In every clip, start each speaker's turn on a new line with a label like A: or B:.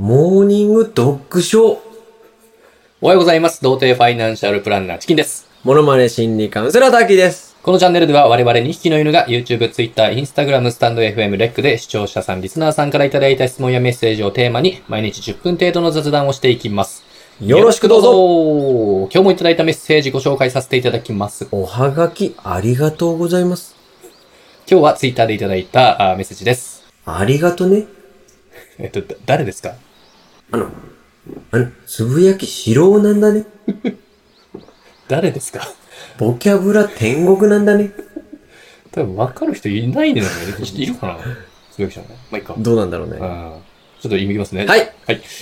A: モーニングドッグショー。
B: おはようございます。童貞ファイナンシャルプランナーチキンです。
A: モノマネ心理カウンセラー滝です。
B: このチャンネルでは我々2匹の犬が YouTube、Twitter、Instagram、スタンド FM、レックで視聴者さん、リスナーさんからいただいた質問やメッセージをテーマに毎日10分程度の雑談をしていきます。
A: よろしくどうぞ。
B: ぞ今日もいただいたメッセージご紹介させていただきます。
A: おはがきありがとうございます。
B: 今日は Twitter でいただいたあメッセージです。
A: ありがとね。
B: えっと、だ誰ですか
A: あの、あの、つぶやき素人なんだね。
B: 誰ですか
A: ボキャブラ天国なんだね。
B: 多分分かる人いないんだよ ね。ちょっといるかなすごい人ね。まあ、いいか。
A: どうなんだろうね。は
B: あーちょっと読みますね。
A: い。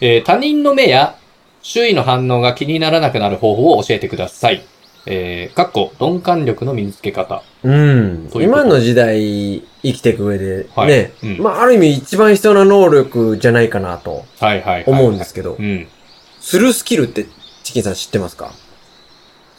B: えー他人の目や周囲の反応が気にならなくなる方法を教えてください。えー、かっこ、鈍感力の身につけ方。
A: うん。
B: ということ
A: 今の時代生きていく上で、
B: はい
A: ね、
B: うん
A: まあ、ある意味一番必要な能力じゃないかなと
B: はいはいはい。
A: 思うんですけど、
B: うん。
A: スルースキルってチキンさん知ってますか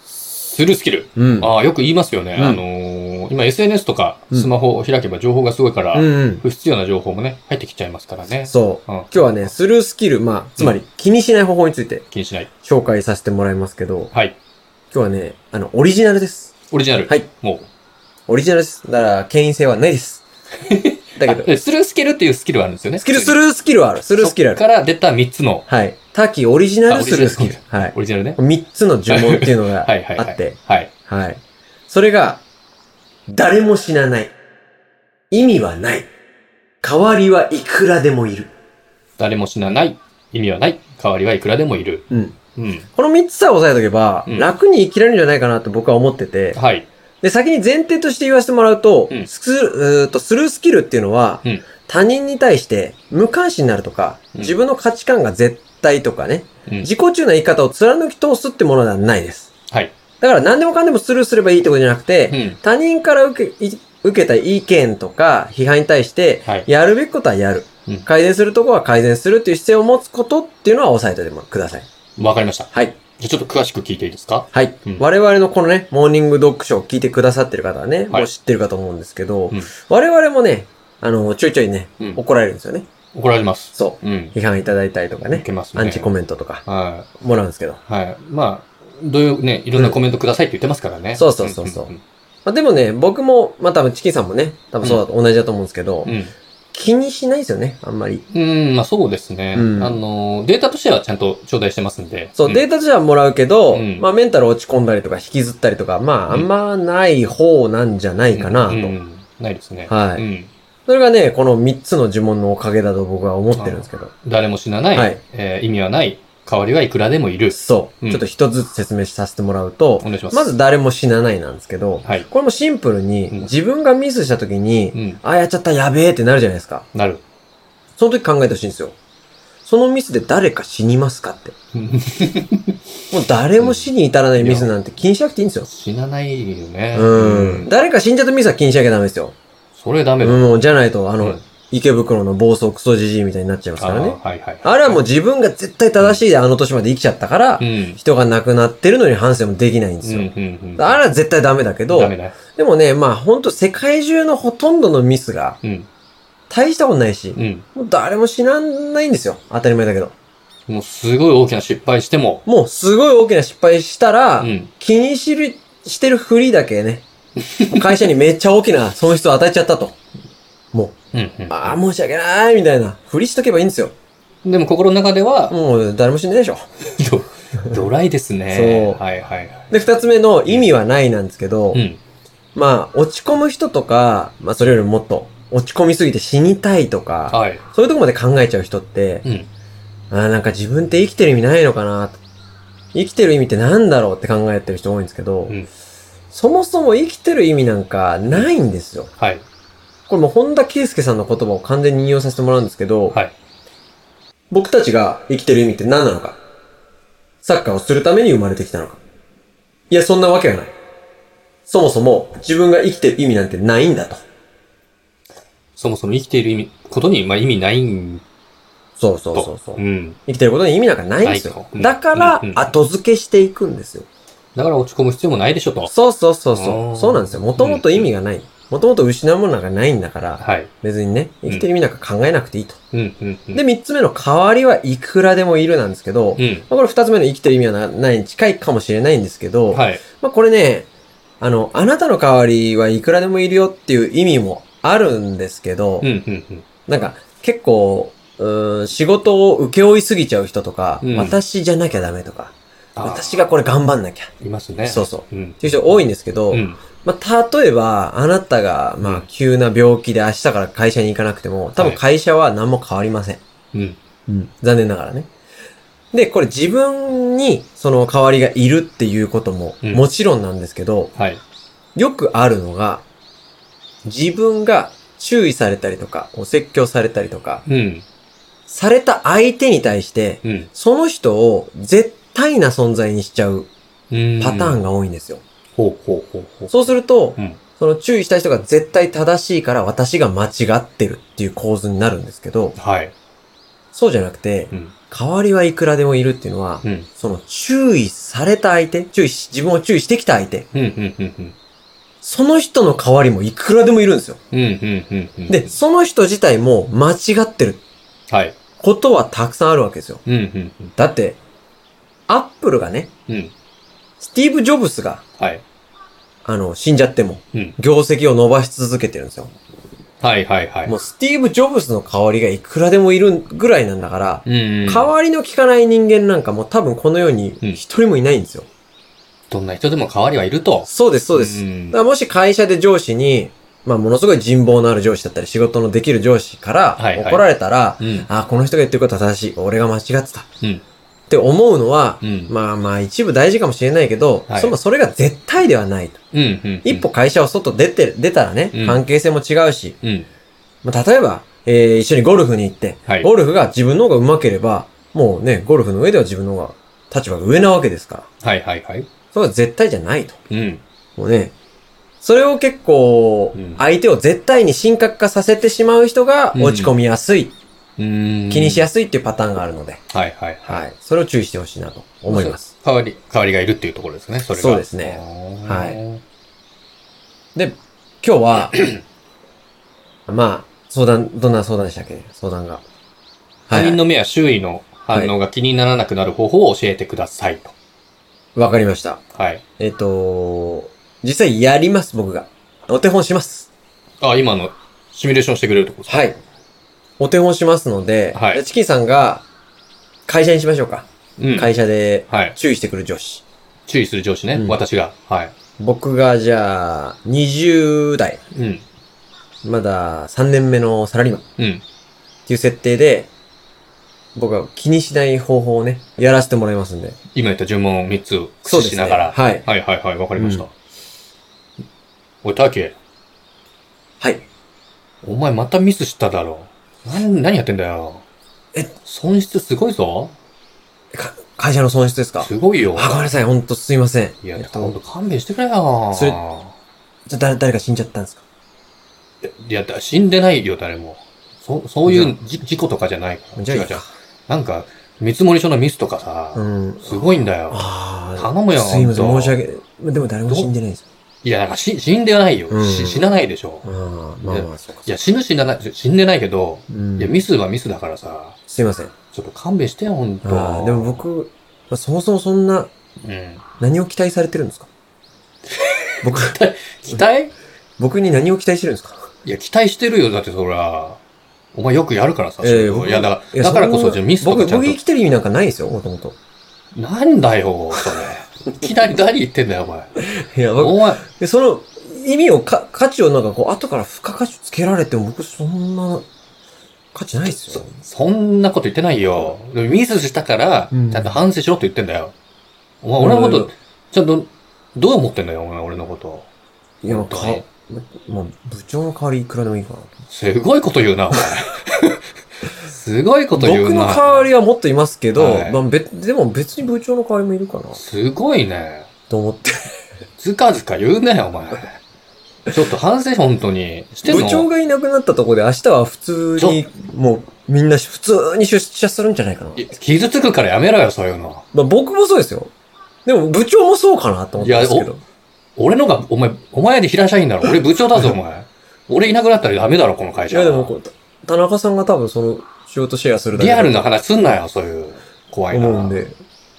B: するスキル。
A: うん。
B: ああ、よく言いますよね。
A: うん
B: あのー今 SNS とかスマホを開けば情報がすごいから、
A: うんうん。
B: 不必要な情報もね、入ってきちゃいますからね。
A: そう。
B: うん
A: 今日はね、スルースキル、まあ、つまり気にしない方法について
B: 気にしない。
A: 紹介させてもらいますけど、
B: はい。
A: 今日はね、あの、オリジナルです。
B: オリジナル。
A: はい。
B: も
A: オリジナルです。だから、権威性はない です。
B: う。
A: だけど、
B: あスルースキルっていうスキルはあるんですよね。
A: スキル、ス
B: ル
A: ルースキルはある。スルースキルある。
B: から出た3つの
A: はい。ターキーオリジナ
B: あ
A: ル
B: オリ
A: ス
B: ジナ
A: ルー
B: ル
A: スキル。はい。
B: オリジナルね。
A: 三つの呪文っていうの が
B: はいはい
A: あ
B: はい
A: って、
B: はい。
A: はい。それが、誰も死なない。意味はない。代わりはいくらでもいる。
B: 誰も死なない。意味はない。代わりはいくらでもいる。
A: うん。
B: うん。
A: この三つさえ押さえとけば、
B: うん
A: 楽に生きられるんじゃないかなって僕は思ってて、
B: はい。
A: で、先に前提として言わせてもらうと、
B: うん
A: スルうーっとスルースキルっていうのは、
B: うん
A: 他人に対して無関心になるとか、
B: うん
A: 自分の価値観が絶対とかね、
B: うん
A: 自己中な言い方を貫き通すってものではないです。
B: はい。
A: だから何でもかんでもスルーすればいいってことじゃなくて、
B: うん。
A: 他人から受けい受けた意見とか批判に対して、
B: はい。
A: やるべきことはやる。
B: うん
A: 改善するとこは改善するっていう姿勢を持つことっていうのは押さえておいてもください。
B: わかりました。
A: はい。
B: じゃあちょっと詳しく聞いていいですか
A: はい。
B: うん
A: 我々のこのね、モーニングドッグショーを聞いてくださってる方はね、
B: はい
A: もう知ってるかと思うんですけど、
B: うん
A: 我々もね、あの、ちょいちょいね、
B: うん
A: 怒られるんですよね。
B: 怒られます。
A: そ
B: うん。
A: う。批判いただいたりとか
B: 受
A: ね、
B: けますね。
A: アンチコメントとか
B: は
A: もらうんですけど。ま
B: い。はい。まあ、どういうね、いろんなコメントくださいって言ってますからね。
A: そうそうそうそうん
B: ん
A: あ、でもね、僕も、まあ多分チキンさんもね、多分そうだと、同じだと思うんですけど、
B: うん。
A: 気にしないですよね、あんまり。
B: うん、うんまあそうですね。
A: うん
B: あの、データとしてはちゃんと頂戴してますんで。
A: そう、
B: ん
A: データじゃもらうけど、
B: うん
A: まあメンタル落ち込んだりとか引きずったりとか、まああんまない方なんじゃないかなと。
B: うんうんないですね。
A: はい
B: うん。
A: それがね、この3つの呪文のおかげだと僕は思ってるんですけど。
B: 誰も死なな
A: はい
B: い。えー意味はない。代わりはいくらでもいる。
A: そう。
B: うん
A: ちょっと一つずつ説明させてもらうと
B: お、願いします。
A: まず、誰も死なないなんですけど、
B: はい。
A: これもシンプルに、
B: うん
A: 自分がミスした時に、
B: うん。
A: あ、やっちゃった、やべえってなるじゃないですか。
B: なる。
A: その時考えてほしいんですよ。そのミスで誰か死にますかって。もう誰も死に至らないミスなんて気にしなくていいんですよ。
B: 死なないよね。
A: うん。
B: ん
A: 誰か死んじゃったミスは気にしなきゃダメですよ。
B: それダメだ。
A: うん、じゃないと、あの、
B: うん
A: 池袋の暴走クソじじいみたいになっちゃいますからね。
B: あーはいはい。
A: あれはもう自分が絶対正しいであの年まで生きちゃったから
B: う、ん。
A: 人が亡くなってるのに反省もできないんですよ。
B: うんうんうん、
A: あれは絶対ダメだけど、
B: ダメだ。
A: でもね、まあほんと世界中のほとんどのミスが
B: うん。
A: 大したことないし、
B: うん。
A: もう誰も死なないんですよ。当たり前だけど。
B: もうすごい大きな失敗しても、
A: もうすごい大きな失敗したら、
B: うん。
A: 気にしる、してるふりだけね、会社にめっちゃ大きな損失を与えちゃったと。も
B: うん、
A: う、ああ、申し訳ない、みたいな、ふりしとけばいいんですよ。
B: うん。でも心の中では、
A: もう誰も死んでないでしょ。
B: ドドライですね。
A: そう
B: はいはいはい。
A: で、二つ目の意味はないなんですけど、
B: うん。
A: まあ、落ち込む人とか、まあ、それよりもっと、落ち込みすぎて死にたいとか、
B: はい。
A: そういうとこまで考えちゃう人って、
B: うん。
A: あーなんか自分って生きてる意味ないのかなと生きてる意味ってなんだろうって考えてる人多いんですけど、
B: うん
A: そもそも生きてる意味なんかないんですよ。
B: はい。
A: これもう本田圭佑さんの言葉を完全に引用させてもらうんですけど、
B: はい。
A: 僕たちが生きてる意味って何なのかサッカーをするために生まれてきたのかいや、そんなわけがない。そもそも自分が生きてる意味なんてないんだと。
B: そもそも生きている意味、ことに、まあ意味ないん
A: そうそ
B: と。
A: うそうそう。
B: ん。
A: 生きてることに意味なんかないんです
B: ない
A: よ。
B: とうん
A: だから
B: うんう、ん
A: 後付けしていくんですよ。
B: だから落ち込む必要もないでしょと。
A: そうそうそうそ
B: あー
A: う。そうなんですよ。もともと意味がない。もともと失うものなんかないんだから、
B: はい。
A: 別にね、生きてる意味なんか考えなくていいと。
B: うん、うん、うん。
A: で、三つ目の代わりはいくらでもいるなんですけど、
B: うん。
A: まあ、これ二つ目の生きてる意味はなないに近いかもしれないんですけど、
B: はい。
A: まあ、これね、あの、あなたの代わりはいくらでもいるよっていう意味もあるんですけど、
B: うん、うん、うん。
A: なんか結構、うーん仕事を請け負いすぎちゃう人とか、
B: うん
A: 私じゃなきゃダメとか、
B: あー
A: 私がこれ頑張んなきゃ、
B: いますね。
A: そうそう。っ
B: うん。
A: ていう人多いんですけど、
B: うん。
A: まあ、例えば、あなたが、ま
B: う
A: あ
B: ん、
A: 急な病気で明日から会社に行かなくても、多分
B: はい
A: 会社は何も変わりません。
B: うん。
A: 残念ながらね。で、これ自分にその代わりがいるっていうことも
B: うん
A: もちろんなんですけど、
B: はい。
A: よくあるのが、自分が注意されたりとか、お説教されたりとか、
B: うん。
A: された相手に対して、
B: うん。
A: その人を絶対な存在にしちゃう
B: うん
A: パターン。が多いんですよ。
B: ほうほうほうほう。
A: そうすると、
B: うん
A: その注意した人が絶対正しいから私が間違ってるっていう構図になるんですけど、
B: はい。
A: そうじゃなくて
B: う、ん。
A: 代わりはいくらでもいるっていうのは、
B: うん。
A: その注意された相手、注意し、自分を注意してきた相手、
B: うん、うん、うん、うん。
A: その人の代わりもいくらでもいるんですよ。
B: うん、うん、うん、うん。
A: で、、その人自体も間違ってる
B: はい。
A: ことはたくさんあるわけですよ。
B: うん、うん、
A: だって、アップルがね、
B: うん。うん。
A: スティーブ・ジョブスが、
B: はい。
A: あの、死んじゃっても、
B: うん。
A: 業績を伸ばし続けてるんですよ。
B: はい、はい、はい。
A: もうスティーブ・ジョブスの代わりがいくらでもいるぐらいなんだから、
B: うんうん。
A: 代わりの効かない人間なんかもう多分この世に
B: うん
A: 一人もいないんですよ。
B: どんな人でも変わりはいると。
A: そうです、そうです。
B: ん
A: だからもし会社で上司に、まあものすごい人望のある上司だったり仕事のできる上司から
B: はいはい
A: 怒られたら、
B: うん。
A: あ、この人が言ってることは正しい。俺が間違ってた。
B: うん
A: って思うのは、
B: うん
A: まあまあ一部大事かもしれないけど、
B: はい
A: そもそれが絶対ではないと。
B: うん、うん。
A: 一歩。会社を外出て、出たらね、
B: うん
A: 関係性も違うし、
B: うん。
A: まあ、例えば、えー一緒にゴルフに行って、
B: はい
A: ゴルフが自分の方が上手ければ、もうね、ゴルフの上では自分の方が立場が上なわけですから。
B: はい、はい、はい。
A: それは絶対じゃないと。
B: うん。
A: もうね、それを結構
B: うん、
A: 相手を絶対に神格化させてしまう人が
B: うん
A: 落ち込みやすい、
B: うん。
A: 気にしや
B: す
A: すいっていうパターンがあるので、
B: い。はい、はい。
A: はい。それを注意してほしいなと思います。。
B: 代わり、代わりがいるっていうところですね、それが。。
A: そうですねはいで、今日は、まあ、相談、どんな相談でしたっけ相談が。は
B: 他人
A: い。
B: の目や周囲の反応が気にならなくなる方法を教えてくださいと。
A: わかりました。
B: はい。
A: えっ、と、実際やります、僕が。お手本します。
B: あ、今のシミュレーションしてくれるところですか
A: はい。お手本しますので、
B: はい
A: じゃあチキンさんが、会社にしましょうか。
B: うん。
A: 会社で
B: はい。
A: 注意してくる上司。
B: 注意する上司ね、
A: うん
B: 私が。はい。
A: 僕がじゃあ、20代、
B: うん。
A: まだ3年目のサラリーマンっ
B: うん。
A: ていう設定で、僕は気にしない方法をね、やらせてもらいますんで。
B: 今言った順番を3つを駆使しながら。
A: そうですね
B: はいはいはい。わかりました。
A: うん
B: おい、タケ、
A: はい。
B: お前またミスしただろ。な、何やってんだよ。
A: え
B: 損失すごいぞ。
A: か会社の損失ですか
B: すごいよ。
A: あ、ごめんなさい、ほんとすいません。
B: いや、
A: えっ
B: ほんと
A: と、
B: 勘弁してくれよ。
A: それじゃあ誰、誰か死んじゃったんですか
B: いや、だ死んでないよ、誰も。そ、そういうじ事故とかじゃないから。
A: じゃあいい
B: 違う違う
A: か。
B: なんか、見積書のミスとかさ、
A: うん。
B: すごいんだよ。
A: ああ。
B: 頼むよ
A: すいません、
B: ほんと
A: 申し訳。でも誰も死んでないです。
B: いや、なんかし死んではないよ、
A: うん
B: し死なないでしょ
A: あ。あ、まあまあ、そうか。
B: いや、死ぬ死なない、死んでないけど、
A: うん
B: いや、ミスはミスだからさ、
A: すいません。あ
B: ちょっと勘弁してよ、ほんと。
A: あでも、僕、まあそもそもそんな、
B: うん。
A: 何を期待されてるんですか僕、
B: 期待
A: 僕に何を期待してるんですか
B: いや、期待してるよ、だってそら、お前よくやるからさ、
A: ええ
B: 仕事
A: 僕
B: いや、だか
A: いや
B: ら、だからこ
A: ん
B: そ、
A: な
B: じゃあミスとか
A: 僕、
B: ちゃん
A: 僕
B: と
A: 生きてる意味なんかないですよ、もともと。
B: なんだよ、それ。いきなり何言ってんだよ、お前。
A: いや、僕
B: お前、
A: でその、意味をか、価値をなんかこう、後から付加価値つけられても、僕そんな、価値ないですよ
B: そ。そんなこと言ってないよ。でもミスしたから、
A: うん
B: ちゃんと反省しろって言ってんだよ。お前、
A: うん
B: 俺のこと、ちゃんと、どう思ってんだよ、お前、俺のこと。
A: いや、もう、か
B: 本当に、
A: もう、部長の代わりいくらでもいいかな。
B: すごいこと言うな、お前。 すごいこと言う
A: 僕
B: な。
A: の代わりはもっといますけど、
B: はい
A: まあ、べでも別に部長の代わりもいるかな、
B: すごいね。
A: と思って。
B: ずかずか言うなよ、お前。ちょっと反省、本当に。してん
A: 部
B: の
A: 長がいなくなったところで明日は普通に、もう、みんな普通に出社するんじゃないかな。
B: い傷つくからやめろよ、そういうの。
A: まあ僕もそうですよ。でも部長もそうかなと思ってますけど。
B: 俺のが、お前、お前で平社員だろ。俺部長だぞ、お前。俺いなくなったらダメだろ、この会
A: い
B: 社。
A: やでもこう、田中さんが多分その仕事シェアするだけ
B: リ
A: だ
B: アルな話すんなよ、そういう。怖いな。
A: 思うんで、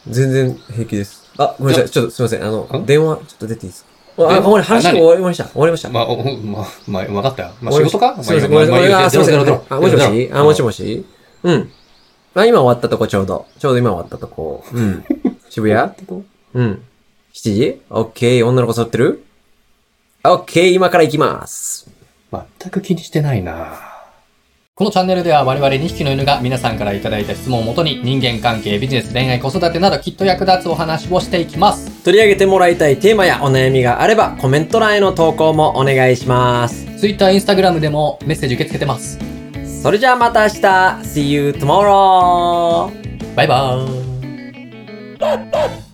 A: 全然平気です。あ、ごめんなさい。ちょっとすいません。あの、
B: ん
A: 電話、ちょっと出ていいですかあ、
B: 電話
A: あ終わり、話
B: あ
A: が
B: 何
A: 終わりました。終わりました。
B: まあ、おまあ、まあ、分かったよ。まあ、
A: 終わ
B: 仕
A: りまし
B: 事か
A: たすいません、ごめんなさい。あ、すいません。あ、もしもしあ、もしもしうん。あ、今終わったとこちょうど。ちょうど今終わったとこ。 うん。渋谷うん。7時オッケー、女の子座ってるオッケー、今から行きます。
B: 全く気にしてないなこのチャンネルでは我々2匹の犬が皆さんからいただいた質問をもとに人間関係、ビジネス、恋愛、子育てなどきっと役立つお話をしていきます。
A: 取り上げてもらいたいテーマやお悩みがあれば、コメント欄への投稿もお願いします。
B: Twitter、Instagram でもメッセージ受け付けてます。
A: それじゃあまた明日 !See you tomorrow!
B: バイバーイ。